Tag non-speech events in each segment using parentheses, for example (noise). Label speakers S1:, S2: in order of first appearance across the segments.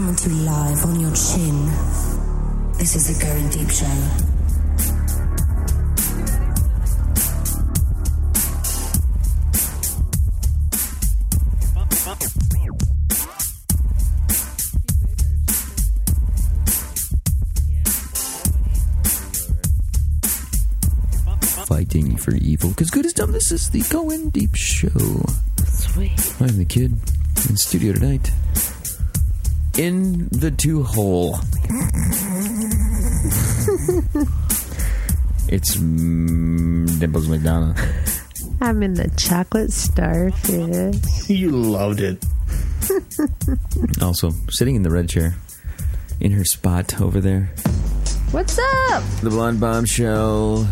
S1: moment you live on your chin. This is the Going Deep Show.
S2: Fighting for evil. Because good is dumb, this is the Go In Deep Show.
S3: Sweet.
S2: I'm the kid in the studio tonight. In the two
S3: (laughs)
S2: hole. it's mm, Dimples McDonough.
S3: I'm in the chocolate starfish.
S4: You loved it.
S2: Also, sitting in the red chair, in her spot over there.
S5: What's up?
S2: The Blonde Bombshell.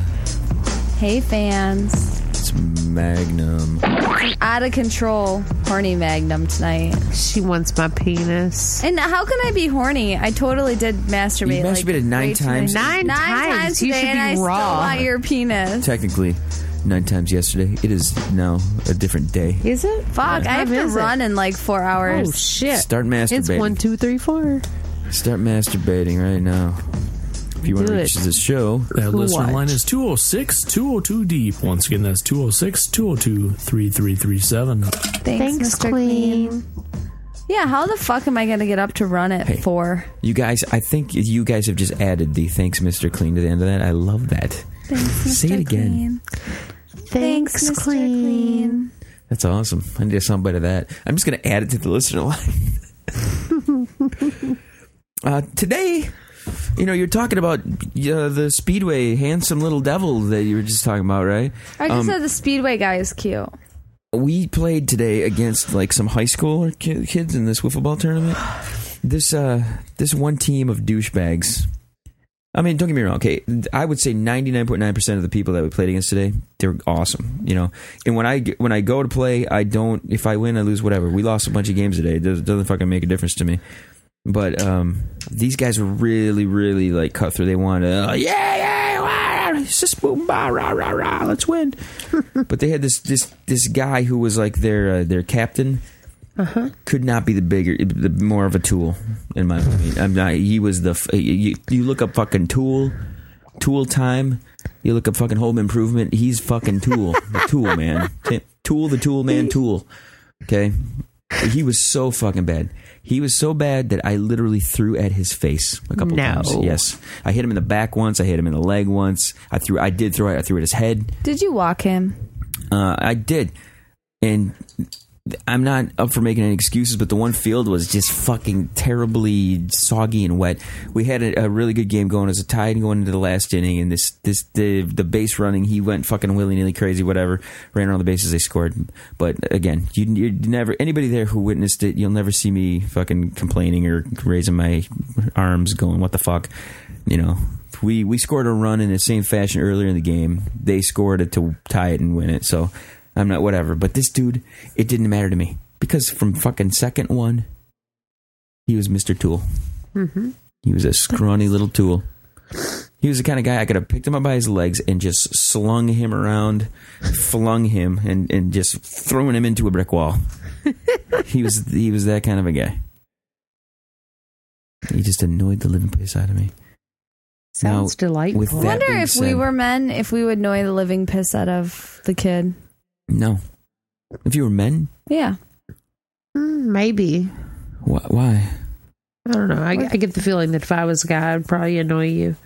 S5: Hey, fans.
S2: It's Magnum.
S5: Out of control, horny Magnum tonight.
S3: She wants my penis.
S5: And how can I be horny? I totally did masturbate.
S2: You masturbated
S5: like,
S2: nine
S5: way too
S2: times.
S5: many-
S3: Nine times. You
S5: today,
S3: should be
S5: and I
S3: raw.
S5: still want your penis.
S2: Technically, nine times yesterday. It is now a different day.
S3: Is it?
S5: Fuck, I have to run in like four hours.
S3: Oh shit!
S2: Start masturbating.
S3: It's one, two, three, four.
S2: Start masturbating right now. If you want to
S3: Do
S2: reach
S3: it.
S2: the show,
S4: That listener
S3: What?
S4: line is 206 202 Deep. Once again, that's 206 202 3337.
S5: Thanks,
S3: Thanks,
S5: Mr.
S3: Queen.
S5: Yeah, how the fuck am I gonna get up to run at
S2: Hey.
S5: four?
S2: you guys, I think you guys have just added the thanks, Mr. Clean, to the end of that. I love that.
S5: Thanks,
S2: Say it
S5: Mr.
S2: again.
S5: Clean.
S3: Thanks,
S5: Mr.
S3: Queen.
S5: Clean.
S2: That's awesome. I need a soundbite of that. I'm just going to add it to the listener line. (laughs) uh, today, you know, you're talking about uh, the Speedway handsome little devil that you were just talking about, right?
S5: I just
S2: Um,
S5: said the Speedway guy is cute.
S2: we played today against like some high school ki- kids in this wiffle ball tournament. This uh, this one team of douchebags. I mean, don't get me wrong. Okay, I would say ninety nine point nine percent of the people that we played against today, they were awesome. You know, and when I g- when I go to play, I don't. If I win, I lose. Whatever. We lost a bunch of games today. It doesn't doesn't fucking make a difference to me. But um, these guys were really, really like cut through. They wanted, uh, yeah, yeah, wah, it's just boom, bah, rah, rah, rah, let's win. but they had this this this guy who was like their uh, their captain. Could not be the bigger, the more of a tool, in my opinion. I'm not. He was the. f- You, you look up fucking tool, tool time. You look up fucking home improvement. He's fucking tool, (laughs) the tool man, tool the tool man, tool. Okay, he was so fucking bad. He was so bad that I literally threw at his face a couple
S3: No.
S2: times. Yes, I hit him in the back once. I hit him in the leg once. I threw. I did throw. it. I threw at his head.
S5: Did you walk him?
S2: Uh, I did, and I'm not up for making any excuses, but the one field was just fucking terribly soggy and wet. We had a, a really good game going as a tie and going into the last inning, and this this the the base running, he went fucking willy nilly crazy, whatever. Ran around the bases, they scored. But again, you you never anybody there who witnessed it, you'll never see me fucking complaining or raising my arms, going what the fuck, you know. We we scored a run in the same fashion earlier in the game. They scored it to tie it and win it. So I'm not whatever. But this dude, it didn't matter to me because from fucking second one, he was Mr. Tool.
S3: Mm-hmm.
S2: He was a scrawny little tool. He was the kind of guy I could have picked him up by his legs and just slung him around, flung him, and, and just thrown him into a brick wall. he was he was that kind of a guy. He just annoyed the living piss out of me.
S3: Sounds delightful.
S2: with
S5: I
S2: That
S5: wonder
S2: being
S5: if we
S2: said-
S5: were men, if we would annoy the living piss out of the kid.
S2: No, if you were men,
S5: Yeah.
S3: Mm, maybe.
S2: wh- why?
S3: I don't know. I, I get the feeling that if I was a guy, I'd probably annoy you.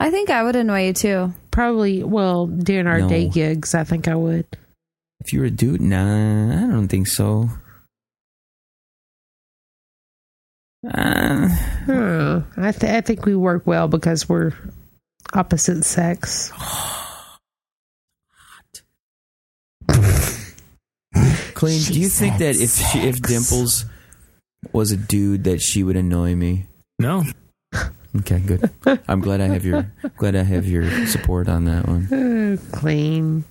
S5: I think I would annoy you too.
S3: Probably. Well, during our
S2: No.
S3: day gigs, I think I would.
S2: If you were a dude, nah, I don't think so. Uh,
S3: Huh. I, th- I think we work well because we're opposite (gasps) sex. (laughs)
S2: Clean,
S3: She
S2: do you think
S3: said
S2: that if she, if
S3: sex.
S2: Dimples was a dude, that she would annoy me?
S4: No.
S2: Okay, good. (laughs) I'm glad I have your glad I have your support on that one.
S3: Oh, clean.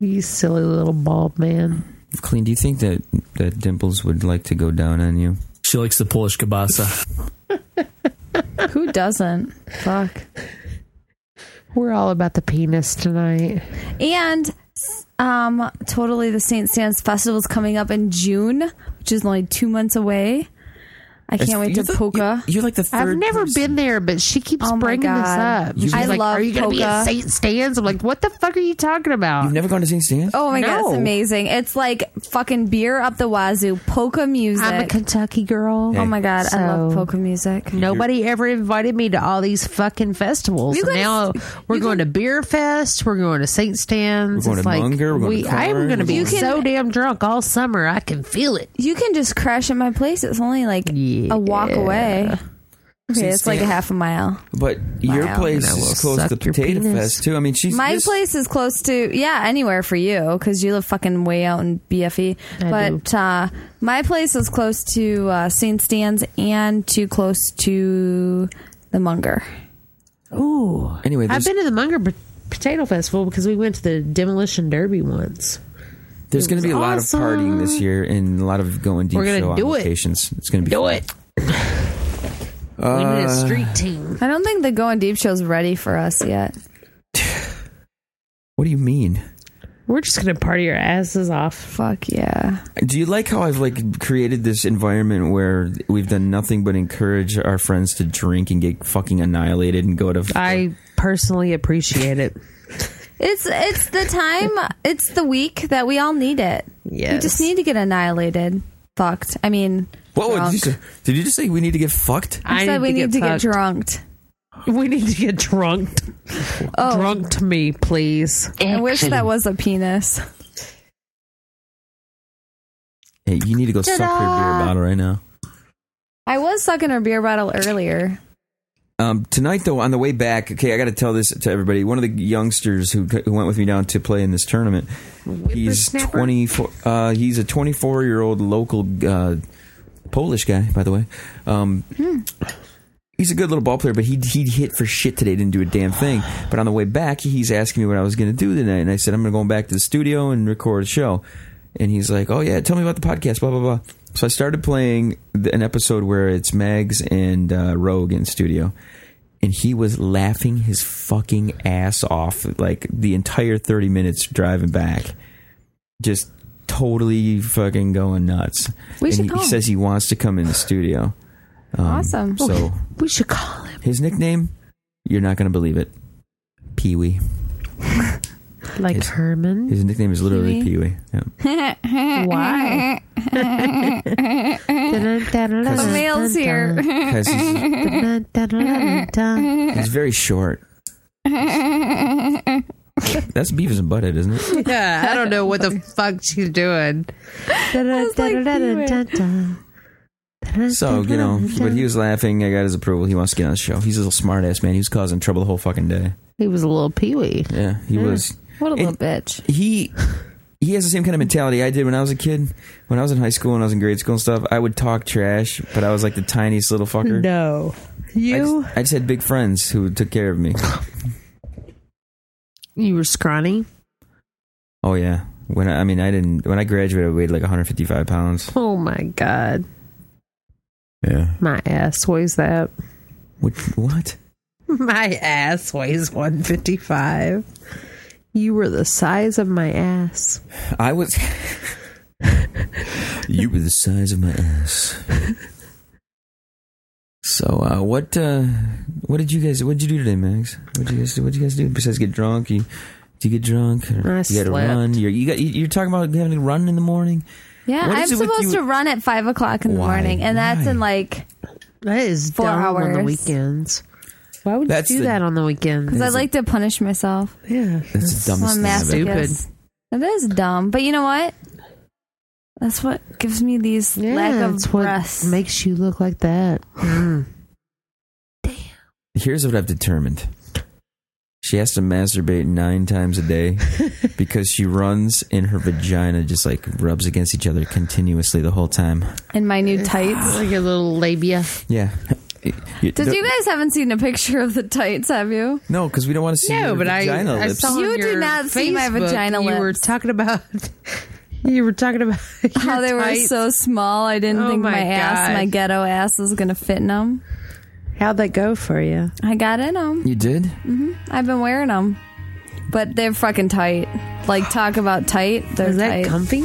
S3: You silly little bald (laughs) man.
S2: Clean, do you think that that Dimples would like to go down on you?
S4: She likes the Polish kibasa.
S5: (laughs) Who doesn't? Fuck.
S3: We're all about the penis tonight.
S5: And um, totally the St. Stan's Festival is coming up in June, which is only two months away. I can't
S2: It's-
S5: wait to
S2: you're the-
S5: Puka.
S2: you- You're like the 3rd
S3: I've never
S2: person.
S3: been there, but she keeps
S5: Oh my
S3: bringing this
S5: God.
S3: up.
S5: You-
S3: She's
S5: I
S3: like,
S5: love
S3: "Are you going to be
S5: polka.
S3: at Saint Stan's?" I'm like, "What the fuck are you talking about?"
S2: You've never gone to St. Stan's?
S5: Oh my god, it's
S3: No.
S5: amazing! It's like fucking beer up the wazoo, polka music.
S3: I'm a Kentucky girl.
S5: oh my god, I love
S3: So-
S5: polka music.
S3: Nobody ever invited me to all these fucking festivals.
S5: You
S3: And
S5: guys-
S3: now we're
S5: you
S3: going to Beer Fest. We're going to St. Stan's.
S2: We're going
S3: it's
S2: to
S3: like
S2: Munger, we're going to
S3: I'm
S2: Karnes,
S3: going to be
S5: we're going-
S3: so damn drunk all summer. I can feel it.
S5: You can just crash at my place. It's only like
S3: Yeah.
S5: a walk away. Okay, it's like a
S2: Stan-
S5: half a mile.
S2: But your
S3: Wow.
S2: place
S3: And I will
S2: is close to
S3: suck your
S2: Potato
S3: penis.
S2: Fest too. I mean, she's
S5: My
S2: this-
S5: place is close to yeah anywhere for you because you live fucking way out in BFE.
S3: I
S5: but Uh, my place is close to uh, St. Stan's and too close to the Munger.
S3: Ooh.
S2: Anyway,
S3: I've
S2: there's,
S3: been to the Munger Pot- Potato Festival because we went to the Demolition Derby once.
S2: there's going to be a lot
S3: awesome.
S2: of partying this year and a lot of going deep
S3: We're gonna
S2: show on
S3: do it.
S2: locations. It's going to be
S3: Do
S2: fun. Uh,
S3: it. we need a street team.
S5: I don't think the Going Deep show's ready for us yet.
S2: What do you mean?
S3: We're just going to party our asses off.
S5: Fuck yeah.
S2: Do you like how I've like created this environment where we've done nothing but encourage our friends to drink and get fucking annihilated and go to
S3: I personally appreciate it.
S5: It's it's the time. it's the week that we all need it.
S3: Yes.
S5: We just need to get annihilated, fucked. I mean,
S2: What would
S5: drunk.
S2: you say? Did you just say we need to get fucked?
S5: I, said we need to get
S3: fucked.
S5: drunked.
S3: We need to get drunk.
S5: Oh.
S3: Drunk to me, please.
S5: I wish that was a penis.
S2: Hey, you need to go suck your beer
S5: Ta-da!
S2: bottle right now.
S5: I was sucking her beer bottle earlier.
S2: Um, tonight, though, on the way back, okay, I got to tell this to everybody. One of the youngsters who, who went with me down to play in this tournament, he's
S3: Whippersnapper?
S2: twenty four. Uh, he's a twenty four year old local uh, Polish guy, by the way. Um, He's a good little ball player, but he he hit for shit today. Didn't do a damn thing. But on the way back, he's asking me what I was going to do tonight, and I said I'm going to go back to the studio and record a show. And he's like, "Oh yeah, tell me about the podcast." Blah blah blah. So I started playing the, an episode where it's Mags and uh, Rogue in studio, and he was laughing his fucking ass off like the entire 30 minutes driving back just totally fucking going nuts
S5: We
S2: and
S5: should
S2: he,
S5: call
S2: he
S5: him.
S2: says he wants to come in the studio Um,
S5: Awesome.
S2: so
S5: (laughs)
S3: We should call him.
S2: his nickname you're not gonna believe it pee-wee
S3: Like
S2: Yes.
S3: Herman. (laughs)
S2: his nickname is literally
S5: Pee-wee?
S2: pee-wee yeah.
S3: Why?
S2: The
S3: (laughs)
S5: mail's here.
S2: 'Cause he's, he's very short that's beavis and butthead isn't it
S3: Yeah, I don't know what the fuck she's doing.
S2: So you know, but he was laughing. I got his approval. He wants to get on the show. He's a little smart ass man. He was causing trouble the whole fucking day.
S3: He was a little peewee.
S2: Yeah, he
S5: Mm.
S2: was.
S5: What a
S2: little
S5: little bitch.
S2: He he has the same kind of mentality I did when I was a kid. When I was in high school and I was in grade school and stuff, I would talk trash, but I was like the tiniest little fucker.
S3: No,
S2: I
S3: you
S2: just, I just had big friends who took care of me.
S3: you were scrawny.
S2: Oh yeah. When I, I mean I didn't when I graduated I weighed like 155 pounds.
S3: Oh my god,
S2: Yeah.
S3: my ass weighs that. (laughs)
S2: What? what?
S3: My ass weighs one fifty five. You were the size of my ass.
S2: I was. (laughs) you were the size of my ass. So uh, what? Uh, what did you guys? What did you do today, Max? What did you guys? What did you guys do besides get drunk? You, did you get drunk? Or
S3: I
S2: you to
S3: slept.
S2: run. You're, you got. you- You're talking about having to run in the morning.
S5: Yeah,
S2: What
S5: I'm
S2: is it with
S5: supposed
S2: you-
S5: to run at five o'clock in the
S2: Why?
S5: morning, and that's
S2: Why?
S5: in like
S3: That is
S5: Four
S3: dumb on the
S5: hours.
S3: weekends. Why would
S2: That's
S3: you do
S2: the-
S3: that on the weekends?
S5: because I like to punish myself.
S3: Yeah,
S2: That's the
S5: I'm a
S2: dumbest thing I've ever.
S5: masochist.
S3: Stupid.
S5: That is dumb, but you know what? That's what gives me these
S3: yeah,
S5: lack of
S3: that's what
S5: breasts.
S3: makes you look like that.
S5: (laughs)
S3: Mm.
S2: Here's what I've determined. She has to masturbate nine times a day because she runs and her vagina just like rubs against each other continuously the whole time.
S5: in my new
S2: (sighs)
S5: tights.
S3: like a little labia.
S2: Yeah.
S5: Did you guys haven't seen a picture of the tights? Have you?
S2: No, because we don't want to see your vagina lips.
S5: saw- You do not see my vagina
S3: You were
S5: lips.
S3: talking about. (laughs) You were talking about
S5: (laughs) How
S3: your
S5: they were
S3: tights,
S5: so small. I didn't
S3: Oh
S5: think my,
S3: my
S5: ass,
S3: God.
S5: my ghetto ass, was gonna fit in them.
S3: How'd that go for you?
S5: I got in them.
S2: you did?
S5: I've been wearing them, but they're fucking tight. Like talk about tight. They're
S3: Is that
S5: tight.
S3: comfy?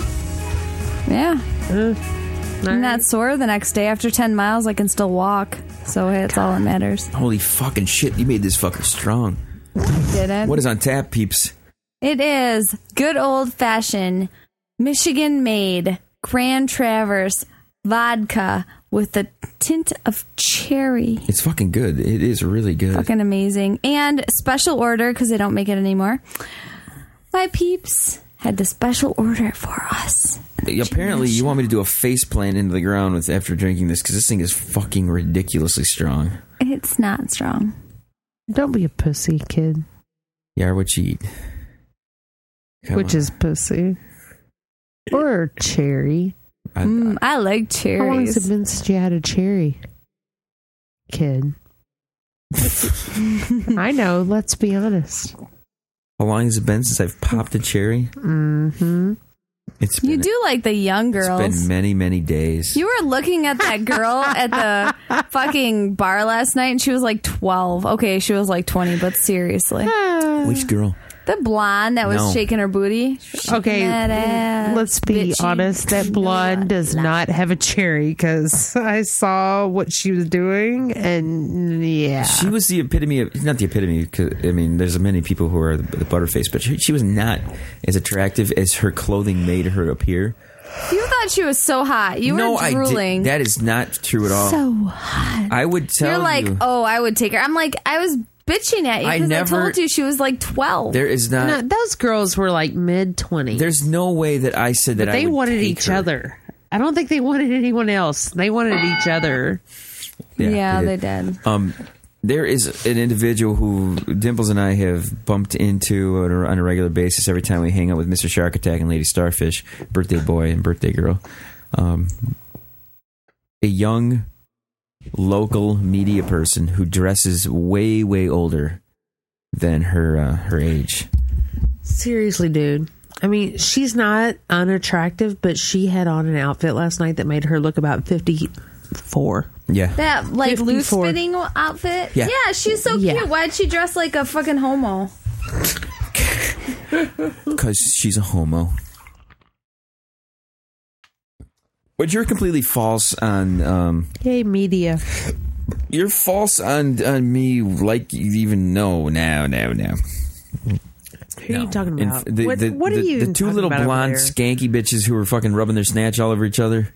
S5: yeah.
S3: Uh,
S5: I'm not sore the next day. After 10 miles, I can still walk. So hey, it's all that matters.
S2: Holy fucking shit! You made this fucker strong.
S5: Did I?
S2: What is on tap, peeps?
S5: It is good old fashioned Michigan made Grand Traverse vodka with a tint of cherry.
S2: It's fucking good. It is really good.
S5: Fucking amazing. And special order because they don't make it anymore. My peeps had the special order for us.
S2: Apparently, you want me to do a face plant into the ground with after drinking this because this thing is fucking ridiculously strong.
S5: It's not strong.
S3: Don't be a pussy, kid.
S2: You are what you eat. Come
S3: which
S2: on.
S3: is pussy. Or cherry.
S2: I-
S5: Mm, I like
S3: How long
S5: cherries.
S3: has it been since you had a cherry, (laughs) kid? I know. Let's be honest.
S2: how long has it been since I've popped a cherry?
S3: Mm-hmm.
S2: It's been,
S5: you do like the young
S2: It's
S5: girls.
S2: been many, many days.
S5: You were looking at that girl at
S3: (laughs)
S5: the fucking bar last night, and she was like 12. Okay, she was like 20, but seriously. uh,
S3: Ah.
S2: Which girl?
S5: The blonde that was
S2: No.
S5: shaking her booty.
S3: (laughs) Okay,
S5: Mad ass,
S3: Let's be
S5: bitchy.
S3: honest. That blonde does not have a cherry because (laughs) I saw what she was doing, and yeah,
S2: She was the epitome of not the epitome. 'cause, I mean, there's many people who are the, the butterface, but she, she was not as attractive as her clothing made her appear.
S5: You thought she was so hot. You
S2: no,
S5: were drooling.
S2: I did. That is not true at all.
S5: so hot.
S2: I would tell
S5: You're like,
S2: you,
S5: oh, I would take her. I'm like, I was bitching at you
S2: I
S5: because I,
S2: never-
S5: told you she was like 12.
S2: there is not.
S3: No, those girls were like mid twenties.
S2: there's no way that I said that I
S3: they
S2: would
S3: wanted
S2: take
S3: each
S2: her.
S3: other. I don't think they wanted anyone else. They wanted each other.
S5: yeah, they did.
S2: Um, there is an individual who Dimples and I have bumped into on a, on a regular basis every time we hang out with Mr. Shark Attack and Lady Starfish, birthday boy and birthday girl. Um, a young local media person who dresses way, way older than her uh, her age.
S3: Seriously, dude. I mean, she's not unattractive, but she had on an outfit last night that made her look about fifty-four.
S2: Yeah.
S5: That like
S3: 54.
S5: loose fitting outfit.
S2: Yeah.
S5: she's so
S3: Yeah.
S5: cute. Why'd she dress like a fucking homo?
S2: Because she's a homo. But you're completely false on um,
S3: Yay, media.
S2: You're false on on me, like you even know now, now, now.
S3: Who are you
S2: No.
S3: talking
S2: In-
S3: about?
S2: the,
S3: what,
S2: the-
S3: what are
S2: the-
S3: you?
S2: The two
S3: talking
S2: little
S3: about over
S2: blonde,
S3: there?
S2: skanky bitches who were fucking rubbing their snatch all over each
S3: (laughs)
S2: other.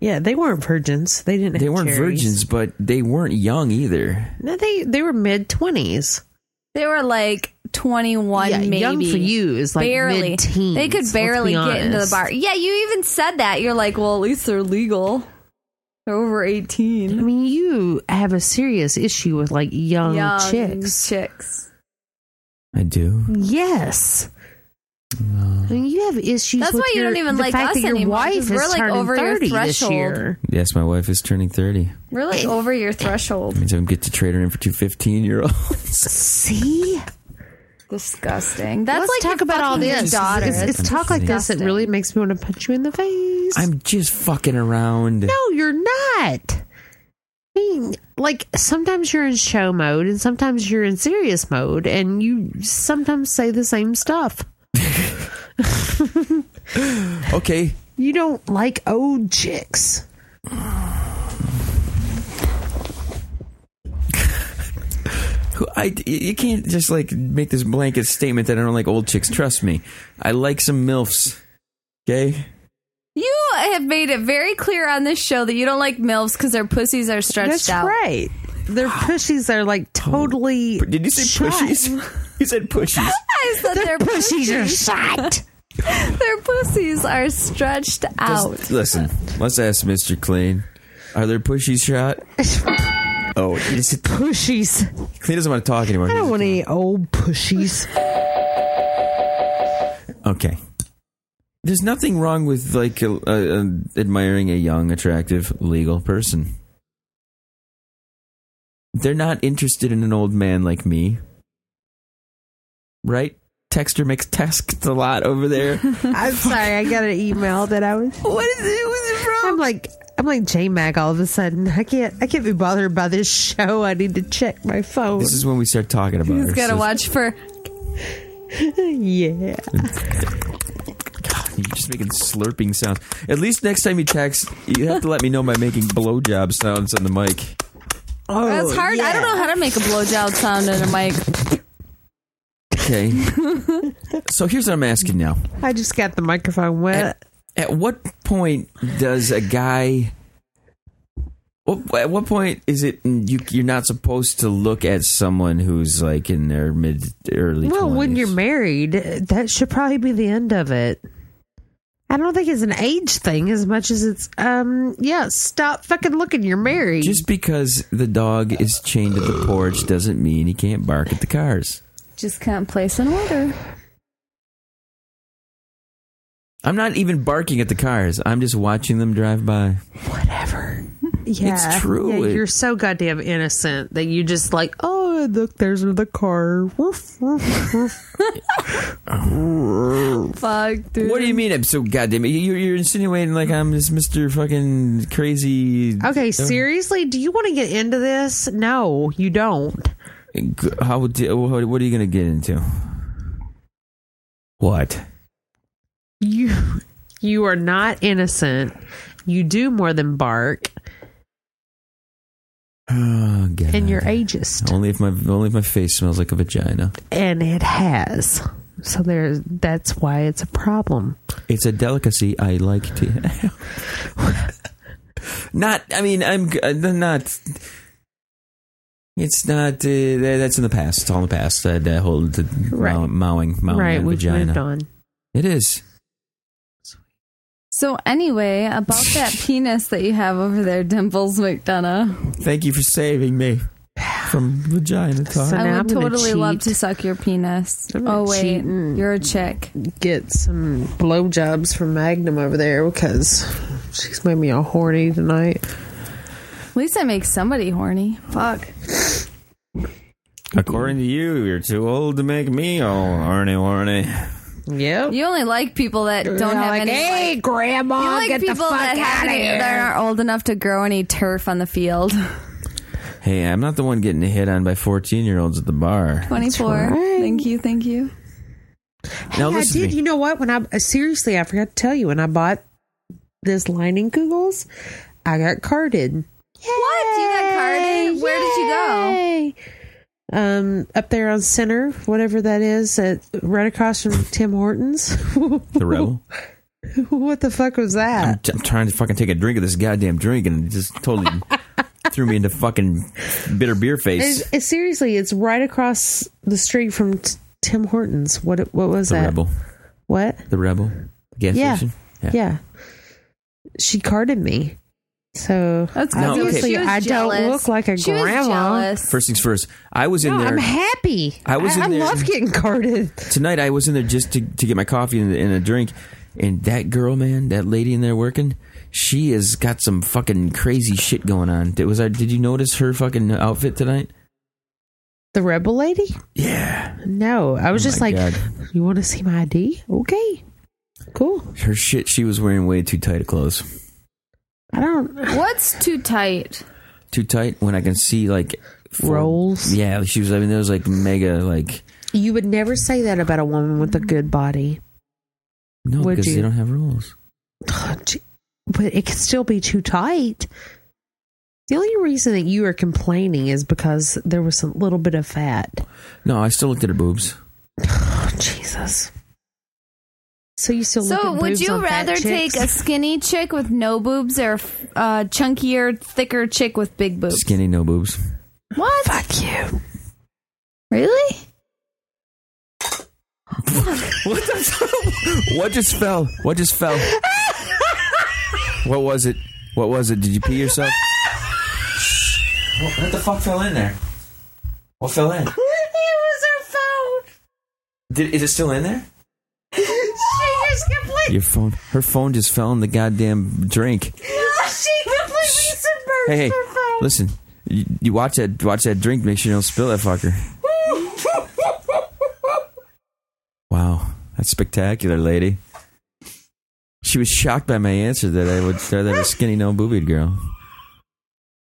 S3: Yeah, they weren't virgins. They didn't.
S2: They
S3: have
S2: weren't
S3: cherries.
S2: virgins, but they weren't young either.
S3: No, they they were mid twenties.
S5: They were like 21,
S3: Yeah,
S5: maybe.
S3: young for you is like
S5: barely.
S3: mid-teens,
S5: They could
S3: let's be
S5: barely get into the
S3: honest.
S5: bar. Yeah, you even said that. You're like, well, at least they're legal. They're over
S3: I
S5: 18.
S3: mean, you have a serious issue with like young,
S5: Young
S3: chicks.
S5: chicks.
S2: I do.
S3: Yes.
S2: Uh,
S3: I mean, you have issues.
S5: That's
S3: with
S5: why you
S3: your-
S5: don't even
S3: the
S5: like
S3: fact
S5: us
S3: that your
S5: anymore,
S3: wife
S5: 'cause
S3: is
S5: we're, like,
S3: turning
S5: over your
S3: 30 this
S5: threshold.
S3: year.
S2: Yes, my wife is turning thirty.
S5: We're like over your threshold.
S2: Means I get to trade her in for two 15 year
S3: (laughs)
S2: olds.
S3: See,
S5: Disgusting. That's
S3: let's
S5: like
S3: talk
S5: your
S3: about all
S5: fucking
S3: this.
S5: Daughter.
S3: It's, it's talk like this that
S5: Disgusting.
S3: really makes me want to punch you in the face.
S2: I'm just fucking around.
S3: No, you're not. I mean, like sometimes you're in show mode and sometimes you're in serious mode, and you sometimes say the same stuff.
S2: Okay,
S3: You don't like old chicks.
S2: Who- I, you can't just like make this blanket statement that I don't like old chicks. Trust me, I like some milfs. Okay.
S5: You have made it very clear on this show that you don't like MILFs because their pussies are stretched
S3: That's
S5: out.
S3: right.
S2: (sighs)
S3: Their pushies are like totally.
S2: Did you say
S3: shot.
S2: pushies? (laughs) You said pushies.
S5: I (laughs) said their,
S3: Their pushies are
S5: pussies,
S3: shot.
S5: their pussies are stretched out.
S2: Just- listen, let's ask Mr. Clean. Are there pushies shot? Oh, he just-
S3: pushies.
S2: Clean doesn't want to talk anymore.
S3: I don't want any old pushies.
S2: Okay. There's nothing wrong with like uh, uh, admiring a young, attractive, legal person. They're not interested in an old man like me, right? Texter makes text a lot over
S3: (laughs)
S2: there.
S3: I'm sorry. I got an email that I was.
S2: what is it? What's it from?
S3: I'm like I'm like J Mac all of a sudden. I can't I can't be bothered by this show. I need to check my phone.
S2: This is when we start talking about.
S5: He's
S2: her,
S3: (laughs)
S5: got to
S2: so-
S5: watch for
S3: yeah.
S2: You're just making slurping sounds. At least next time you text, you have to let me know by making blowjob sounds on the mic.
S5: Oh, That's hard. I don't know how to make a blowjob sound in a mic.
S2: Okay. so here's what I'm asking now.
S3: I just got the microphone wet.
S2: At what point does a guy? What, at what point is it you, you're not supposed to look at someone who's like in their mid early?
S3: Well,
S2: 20s?
S3: when you're married, that should probably be the end of it. I don't think it's an age thing as much as it's um yeah, stop fucking looking, you're married.
S2: just because the dog is chained to the porch doesn't mean he can't bark at the cars.
S5: Just can't place an order.
S2: I'm not even barking at the cars. I'm just watching them drive by.
S3: whatever. Yeah.
S2: It's true.
S3: Yeah,
S2: It-
S3: you're so goddamn innocent that you just like, oh look, there's another car. Woof, woof, woof.
S5: Fuck, dude.
S2: What do you mean? I'm so goddamn. You're, you're insinuating like I'm this Mr. fucking crazy.
S3: okay, seriously, do you want to get into this? No, you don't.
S2: How would you- what what are you gonna get into? What?
S3: You you are not innocent. You do more than bark,
S2: Oh god.
S3: and you're ageist.
S2: only if my only if my face smells like a vagina.
S3: and it has. So there's that's why it's a problem.
S2: It's a delicacy I like to.
S3: (laughs)
S2: not. I mean, I'm g- uh, not. It's not. Uh, tha- that's in the past. It's all in the past. That uh, whole the
S3: Right.
S2: mow- mowing, mowing
S3: right,
S2: on
S3: we've
S2: vagina.
S3: moved on.
S2: It is.
S5: So anyway, about that penis that you have over there, Dimples McDonough.
S2: Thank you for saving me from vagina talk.
S3: So-
S5: I
S3: now
S5: would
S3: I'm gonna
S5: totally love
S3: cheat.
S5: to suck your penis.
S3: I'm
S5: oh
S3: not
S5: wait,
S3: cheating.
S5: you're a chick.
S3: Get some blowjobs from Magnum over there because she's made me all horny tonight.
S5: At least that makes somebody horny. Fuck.
S2: According to you, you're too old to make me all horny, horny.
S3: Yep.
S5: You only like people that don't have
S3: like,
S5: any.
S3: hey, grandma,
S5: you like
S3: get
S5: people
S3: the fuck
S5: that,
S3: out
S5: haven't-
S3: of here.
S5: that aren't old enough to grow any turf on the field.
S2: Hey, I'm not the one getting hit on by 14 year olds at the bar.
S5: Twenty-four.
S3: right.
S5: Thank you. Thank you.
S2: Now
S3: I
S2: listen to
S3: did.
S2: me.
S3: You know what? When I uh, seriously, I forgot to tell you when I bought this lining Googles, I got carded.
S5: What? You got carded? Where did you go?
S3: go? Um, up there on center, whatever that is, at, right across from Tim Hortons.
S2: (laughs) The rebel.
S3: (laughs) what the fuck was
S2: I'm,
S3: that?
S2: I'm trying to fucking take a drink of this goddamn drink and it just
S3: (laughs)
S2: totally threw me into fucking bitter beer face.
S3: It's- it's- seriously, it's right across the street from t- Tim Hortons. What? What was
S2: the
S3: that?
S2: rebel.
S3: What?
S2: The rebel. Gas
S3: Yeah.
S2: station.
S3: Yeah. She carded me. So
S5: That's
S2: No,
S5: good.
S2: okay.
S5: She
S3: obviously
S5: was
S3: I don't
S5: jealous.
S3: look like a
S5: she Was
S3: grandma.
S5: jealous.
S2: First things first. I was in
S3: No,
S2: there
S3: I'm happy.
S2: I was in
S3: I
S2: there-
S3: love getting carded.
S2: tonight. I was in there just to, to get my coffee and, and a drink. And that girl, man, that lady in there working, she has got some fucking crazy shit going on. Did, was I, did you notice her fucking outfit tonight?
S3: The rebel lady?
S2: Yeah.
S3: No, I was
S2: Oh
S3: just
S2: my
S3: like,
S2: God.
S3: you want to see my ID? Okay, cool.
S2: Her shit, she was wearing way too tight of clothes.
S3: I don't.
S5: (laughs) What's too tight?
S2: Too tight when I can see like four-
S3: Rolls.
S2: Yeah, she was. I mean, there was like mega like
S3: You would never say that about a woman with a good body, (sighs)
S2: no
S3: Would
S2: because
S3: you?
S2: they don't have rolls.
S3: but it can still be too tight. The only reason that you are complaining is because there was a little bit of fat.
S2: No, I still looked at her boobs.
S3: Oh, Jesus. So you still look
S5: So,
S3: at
S5: would
S3: boobs
S5: you
S3: on fat
S5: rather
S3: chicks?
S5: take a skinny chick with no boobs or a uh, chunkier, thicker chick with big boobs?
S2: Skinny, no boobs.
S5: What?
S3: Fuck you.
S5: Really?
S2: What the? what just fell? What just
S3: (laughs)
S2: fell? what was it? What was it? Did you pee yourself? What, what the fuck fell in there? What fell in?
S5: was her phone.
S2: Did, is it still in there?
S5: She just completely, (laughs)
S2: Your phone. Her phone just fell in the goddamn drink.
S5: she completely submerged
S2: Hey, hey, listen. You, you watch that. Watch that drink. Make sure you don't spill that fucker. Wow, that's spectacular, lady. She was shocked by my answer that I would that I was a skinny, no boobied girl.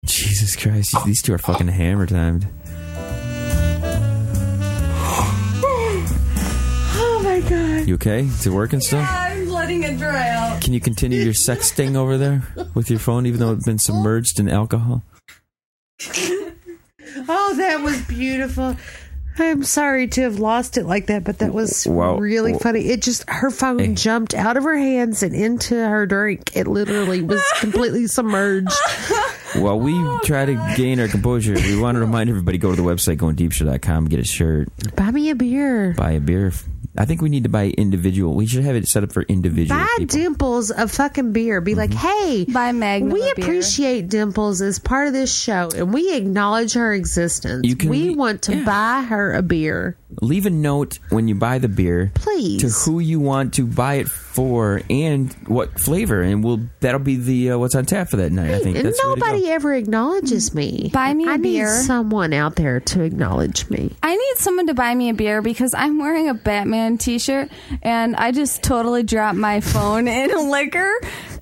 S2: Jesus Christ, these two are fucking hammer timed.
S5: Oh my god.
S2: You okay? Is it working still?
S5: I'm bloody putting a drawer out.
S2: Can you continue your sexting over there with your phone, even though it's been submerged in alcohol?
S3: Oh, that was beautiful. I'm sorry to have lost it like that, but that was
S2: Wow.
S3: really funny. It just her phone
S2: eh.
S3: jumped out of her hands and into her drink. It literally
S5: (laughs)
S3: was completely submerged.
S2: While we
S3: Oh,
S2: try to gain our composure, we want to remind everybody go to the website, goingdeepshore.com, get a shirt,
S3: Buy me a beer.
S2: buy a beer. I think we need to buy individual. We should have it set up for individual.
S3: Buy
S2: people. Mm-hmm.
S3: Dimples a fucking beer. Be like, hey,
S5: Buy Magna
S3: we
S5: a beer.
S3: appreciate Dimples as part of this show, and we acknowledge her existence.
S2: You can-
S3: we want to
S2: yeah.
S3: buy her a beer,
S2: Leave a note when you buy the beer
S3: please.
S2: to who you want to buy it for and what flavor, and we'll that'll be the uh, what's on tap for that night. I think
S3: And
S2: that's the way to go.
S3: nobody ever acknowledges me.
S5: Buy me a
S3: I
S5: beer.
S3: need someone out there to acknowledge me.
S5: I need someone to buy me a beer because I'm wearing a Batman t-shirt and I just totally dropped my phone (laughs) in a liquor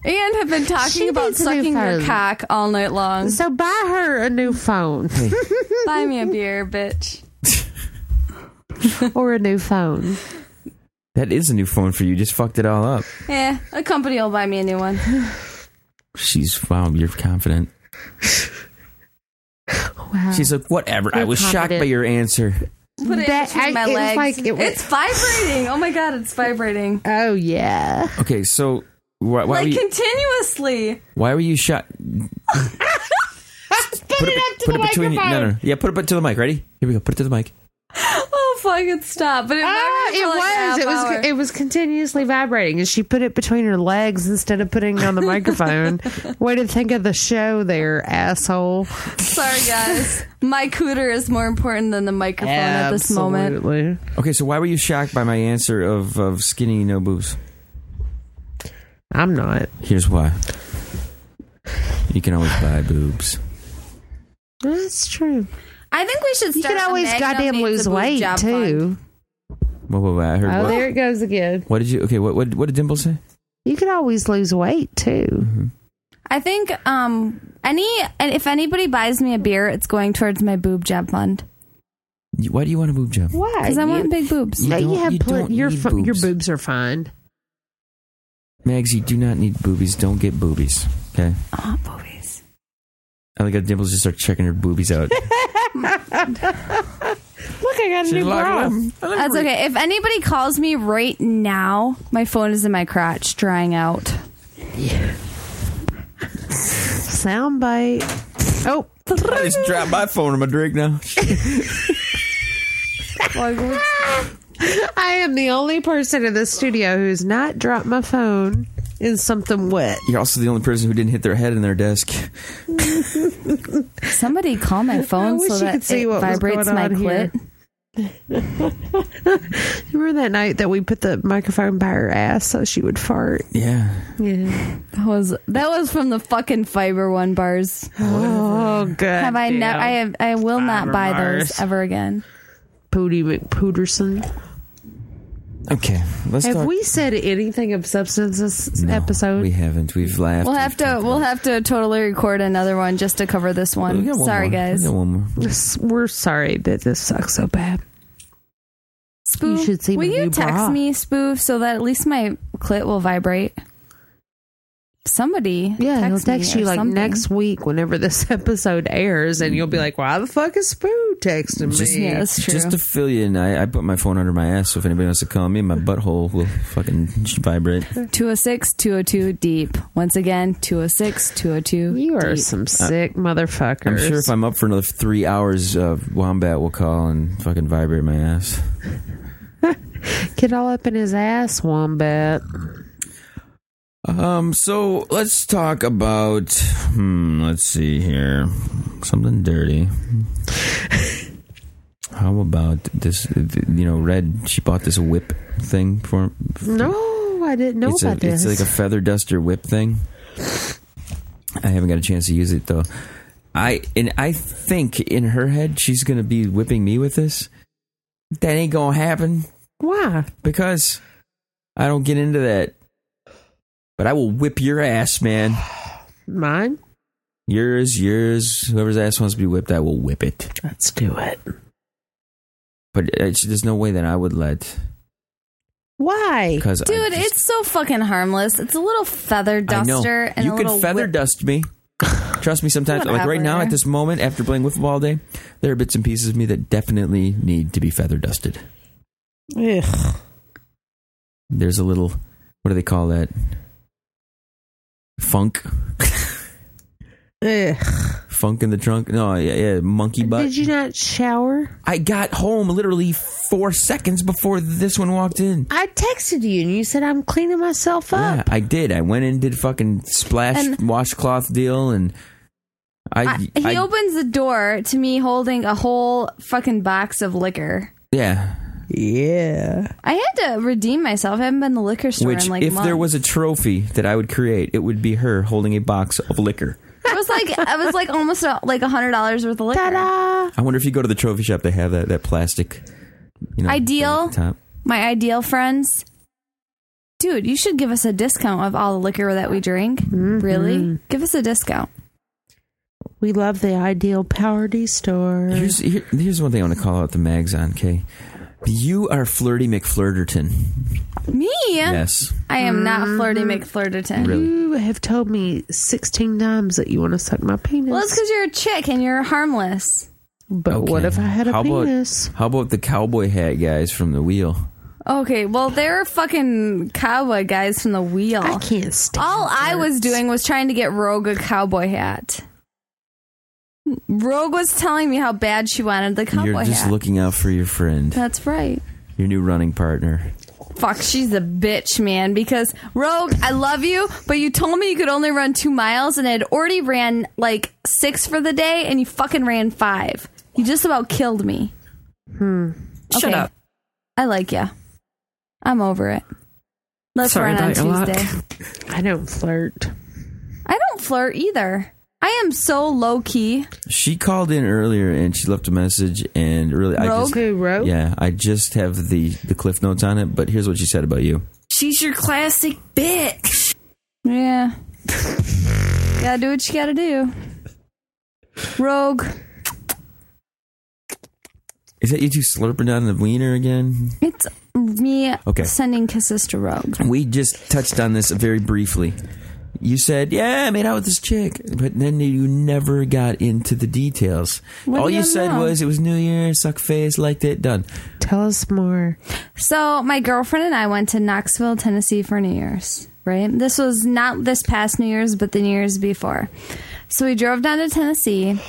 S5: and have been talking
S3: She
S5: about
S3: needs a new
S5: sucking your
S3: phone.
S5: cock all night long.
S3: So buy her a new phone
S5: (laughs) buy me a beer, bitch.
S3: (laughs) or a new phone.
S2: That is a new phone for you. Just fucked it all up.
S5: Eh, a company will buy me a new one.
S2: She's wow. You're confident.
S3: (laughs) Wow.
S2: She's like, whatever. I
S3: You're
S2: was shocked
S3: confident.
S2: by your answer.
S5: Put it
S3: That-
S5: between
S3: I-
S5: my
S3: it was
S5: legs.
S3: like it was-
S5: it's vibrating. Oh my god, it's vibrating.
S3: oh yeah.
S2: Okay, so why, why, were,
S5: like
S2: you,
S5: continuously.
S2: why were you shot? Put it, put it between you. No, no, no. Yeah, put it to the mic. Ready? Here we go. Put it to the mic.
S5: Oh fuck, it stopped. But it,
S3: Ah,
S5: vibrated
S3: it
S5: for like
S3: was.
S5: half
S3: It
S5: hour.
S3: was. It was continuously vibrating, and she put it between her legs instead of putting it on the
S5: (laughs)
S3: microphone. Way to think of the show, there, asshole.
S5: Sorry guys. my cooter is more important than the microphone at this moment.
S3: Absolutely.
S2: Okay, so why were you shocked by my answer of, of skinny no boobs?
S3: I'm not.
S2: Here's why. You can always buy boobs.
S3: That's true.
S5: I think we should
S3: You
S5: start
S3: can
S5: a
S3: always
S5: Magnum
S3: goddamn
S5: Needs a
S3: lose
S5: Boob
S3: weight
S5: Job Fund.
S3: too.
S2: Whoa, whoa, whoa! I heard.
S3: Oh,
S2: what,
S3: there it goes again.
S2: what did you? Okay, what what what did Dimple say?
S3: You can always lose weight too.
S5: I think um any and if anybody buys me a beer, it's going towards my boob job fund
S2: You- Why do you want a boob job?
S3: Why?
S5: because I want big boobs.
S2: You
S3: No, you
S2: don't-
S3: have
S2: you
S3: plenty.
S2: don't
S3: your
S2: need
S3: fu- your
S2: boobs.
S3: boobs are fine.
S2: Mags, you do not need boobies. Don't get boobies. Okay.
S5: I want Oh, boobies.
S2: I think Dimples just start checking her boobies
S3: (laughs)
S2: out.
S3: Look, I got a new bra.
S5: That's okay. If anybody calls me right now, my phone is in my crotch drying out.
S3: Soundbite. Oh,
S2: I just dropped my phone in my drink now.
S3: I am the only person in the studio who's not dropped my phone in something (laughs) wet.
S2: You're also the only person who didn't hit their head in their desk.
S5: Somebody call my
S3: I
S5: phone
S3: wish
S5: so
S3: you
S5: that
S3: could see
S5: it
S3: what was
S5: vibrates
S3: going
S5: my
S3: on
S5: clit.
S3: here. Remember that night that we put the microphone by her ass so she would fart?
S2: Yeah.
S3: Yeah.
S5: That was that was from the fucking fiber one bars.
S3: Oh, God.
S5: Have I
S3: damn.
S5: never? I have. I will not
S3: Fiber
S5: buy those
S3: bars.
S5: ever again.
S3: Pooty McPooterson.
S2: Okay. Let's
S3: Have
S2: talk.
S3: we said anything of substance this
S2: No,
S3: episode?
S2: We haven't. We've laughed.
S5: We'll have to. We'll have to totally record another one just to cover this one.
S2: We got one
S5: Sorry,
S2: more.
S5: guys.
S2: We got one more.
S3: We're sorry that this sucks so bad.
S5: Spoof,
S3: You should see
S5: will
S3: my
S5: you
S3: new
S5: text
S3: bra.
S5: me spoof so that at least my clit will vibrate? Somebody,
S3: Yeah,
S5: text
S3: he'll text
S5: me
S3: you
S5: or
S3: like
S5: something.
S3: next week whenever this (laughs) episode airs, and you'll be like, "Why the fuck is Spoo texting
S2: Just-
S3: me?"
S5: Yeah, that's true.
S2: Just to fill you in, I, I put my phone under my ass, so if anybody wants to call me, my butthole will fucking
S5: (laughs)
S2: vibrate.
S5: 206 202 deep. Once again, 206 202.
S3: You are
S5: deep.
S3: some sick motherfuckers.
S2: Uh, I'm sure if I'm up for another three hours, uh, Wombat will call and fucking vibrate my ass.
S3: Get all up in his ass, wombat.
S2: Um, so let's talk about, hmm, let's see here. Something dirty. How about this, you know, Red, she bought this whip thing for,
S3: No, I didn't know
S2: it's
S3: about
S2: a,
S3: this.
S2: It's like a feather duster whip thing. I haven't got a chance to use it though. I and I think in her head she's gonna be whipping me with this. That ain't gonna happen
S3: Why?
S2: because I don't get into that. But I will whip your ass, man.
S3: Mine?
S2: Yours, yours. Whoever's ass wants to be whipped, I will whip it. uh,
S3: Let's do it.
S2: But it's, there's no way that I would let
S3: Why?
S2: Because
S5: Dude, it's so fucking harmless. It's a little feather duster and
S2: you
S5: a
S2: could
S5: little
S2: feather
S5: whip-
S2: dust me. Trust me, sometimes like right now
S5: Whatever.
S2: at this moment after playing wiffle ball all day, there are bits and pieces of me that definitely need to be feather dusted.
S3: Ugh.
S2: There's a little what do they call that? Funk, (laughs)
S3: Ugh.
S2: funk in the trunk. No, yeah, yeah monkey butt.
S3: Did you not shower?
S2: I got home literally four seconds before this one walked in.
S3: I texted you and you said I'm cleaning myself
S2: Yeah,
S3: up.
S2: I did. I went in, did fucking splash
S5: And-
S2: washcloth deal, and I,
S5: I- he
S2: I-
S5: opens the door to me holding a whole fucking box of liquor.
S2: yeah.
S3: Yeah.
S5: I had to redeem myself. I haven't been to the liquor store
S2: Which,
S5: in like
S2: if there was a
S5: months.
S2: trophy that I would create, it would be her holding a box of liquor.
S5: (laughs) it was like it was like almost uh like a hundred dollars worth of liquor.
S3: Ta-da!
S2: I wonder if you go to the trophy shop, they have that, that plastic. You know,
S5: Ideal.
S2: thing at the Top.
S5: My ideal friends, dude, you should give us a discount of all the liquor that we drink.
S2: Mm-hmm.
S5: Really, give us a discount.
S3: We love the ideal party store.
S2: Here's here, here's one thing I want to call out the mags on. Okay, you are flirty McFlirterton.
S5: Me,
S2: Yes,
S5: I am not flirty McFlirterton.
S2: Mm-hmm. really.
S3: You have told me 16 times that you want to suck my penis.
S5: Well, it's because you're a chick and you're harmless.
S3: but what
S2: Okay.
S3: if I had a
S2: how
S3: penis?
S2: About, how about the cowboy hat guys from the wheel?
S5: Okay, well, they're fucking cowboy guys from the wheel.
S3: I can't stand
S5: All I was
S3: farts.
S5: doing was trying to get Rogue a cowboy hat. Rogue was telling me how bad she wanted the cowboy
S2: You're just
S5: hat.
S2: looking out for your friend,
S5: That's right.
S2: your new running partner.
S5: Fuck, she's a bitch, man. Because Rogue, I love you, but you told me you could only run two miles, and I had already ran like six for the day, and you fucking ran five. You just about killed me. Hmm. Shut up. I like ya. I'm over it. Let's
S3: Sorry
S5: run on
S3: about your luck.
S5: Tuesday.
S3: I don't flirt.
S5: I don't flirt either. I am so low key.
S2: She called in earlier and she left a message, and really, I just
S5: Rogue?
S3: Who wrote?
S2: yeah, I just have the the cliff notes on it. But here's what she said about you.
S6: She's your classic bitch.
S5: Yeah. gotta do what you gotta do. Rogue.
S2: Is that you two slurping down the wiener again?
S5: It's me
S2: Okay.
S5: sending kisses to Rogue.
S2: We just touched on this very briefly. You said, "Yeah, I made out with this chick," but then you never got into the details.
S5: What
S2: All
S5: did
S2: you
S5: I
S2: said
S5: know?
S2: was, "It was New Year, suck face, liked it, done."
S3: Tell us more.
S5: So, my girlfriend and I went to Knoxville, Tennessee for New Year's, right? This was not this past New Year's, but the New Year's before. So, we drove down to Tennessee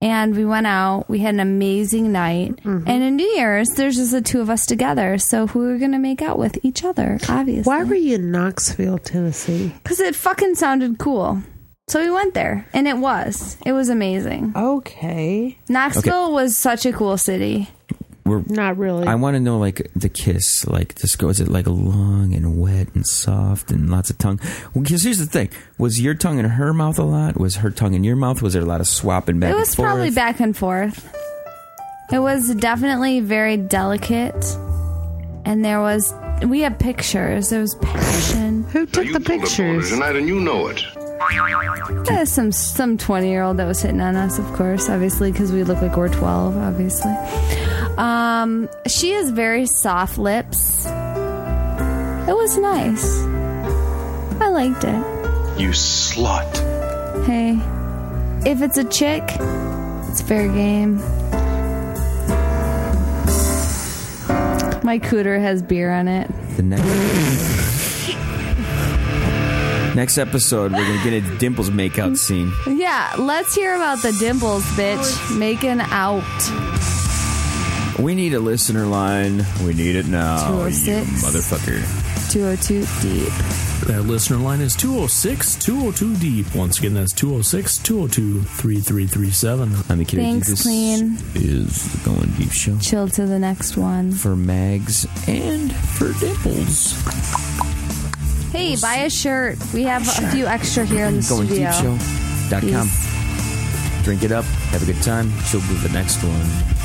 S5: and we went out. We had an amazing night.
S3: Mm-hmm.
S5: And in New Year's, there's just the two of us together. So, who are going to make out with? Each other, obviously.
S3: Why were you in Knoxville, Tennessee?
S5: Because it fucking sounded cool. So we went there, and it was. It was amazing.
S3: Okay.
S5: Knoxville was such a cool city.
S2: We're,
S3: Not really.
S2: I want to know like the kiss, like this goes it like long and wet and soft and lots of tongue. Because here's the thing: was your tongue in her mouth a lot? Was her tongue in your mouth? Was there a lot of swapping back
S5: it
S2: and
S5: was probably
S2: forth?
S5: back and forth. It was definitely very delicate, and there was. We had pictures. There was passion.
S3: Who took
S7: you
S3: the
S7: pulled up on us
S3: pictures?
S7: Tonight, and you know it.
S5: There's Uh, some some twenty year old that was hitting on us, of course, obviously, because we look like we're twelve, obviously. Um, she has very soft lips. It was nice. I liked it.
S7: You slut.
S5: Hey, if it's a chick, it's fair game. My cooter has beer on it.
S2: The next next episode, we're gonna get a dimples makeout scene.
S5: Yeah, let's hear about the dimples, bitch. Making out.
S2: We need a listener line. We need it now, you
S5: 206.
S2: motherfucker.
S5: 202 deep.
S4: That listener line is 206 202 deep. Once again, that's 206 202 3337.
S2: I'm the kid. who
S5: Thanks,
S2: this
S5: Clean.
S2: Is the going deep show
S5: Chill to the next one.
S2: for Mags and for Dimples.
S5: Hey, buy a shirt. We have a few extra here in the
S2: Going
S5: studio.
S2: deep show.com.
S5: Peace.
S2: Drink it up. Have a good time. Chill with the next one.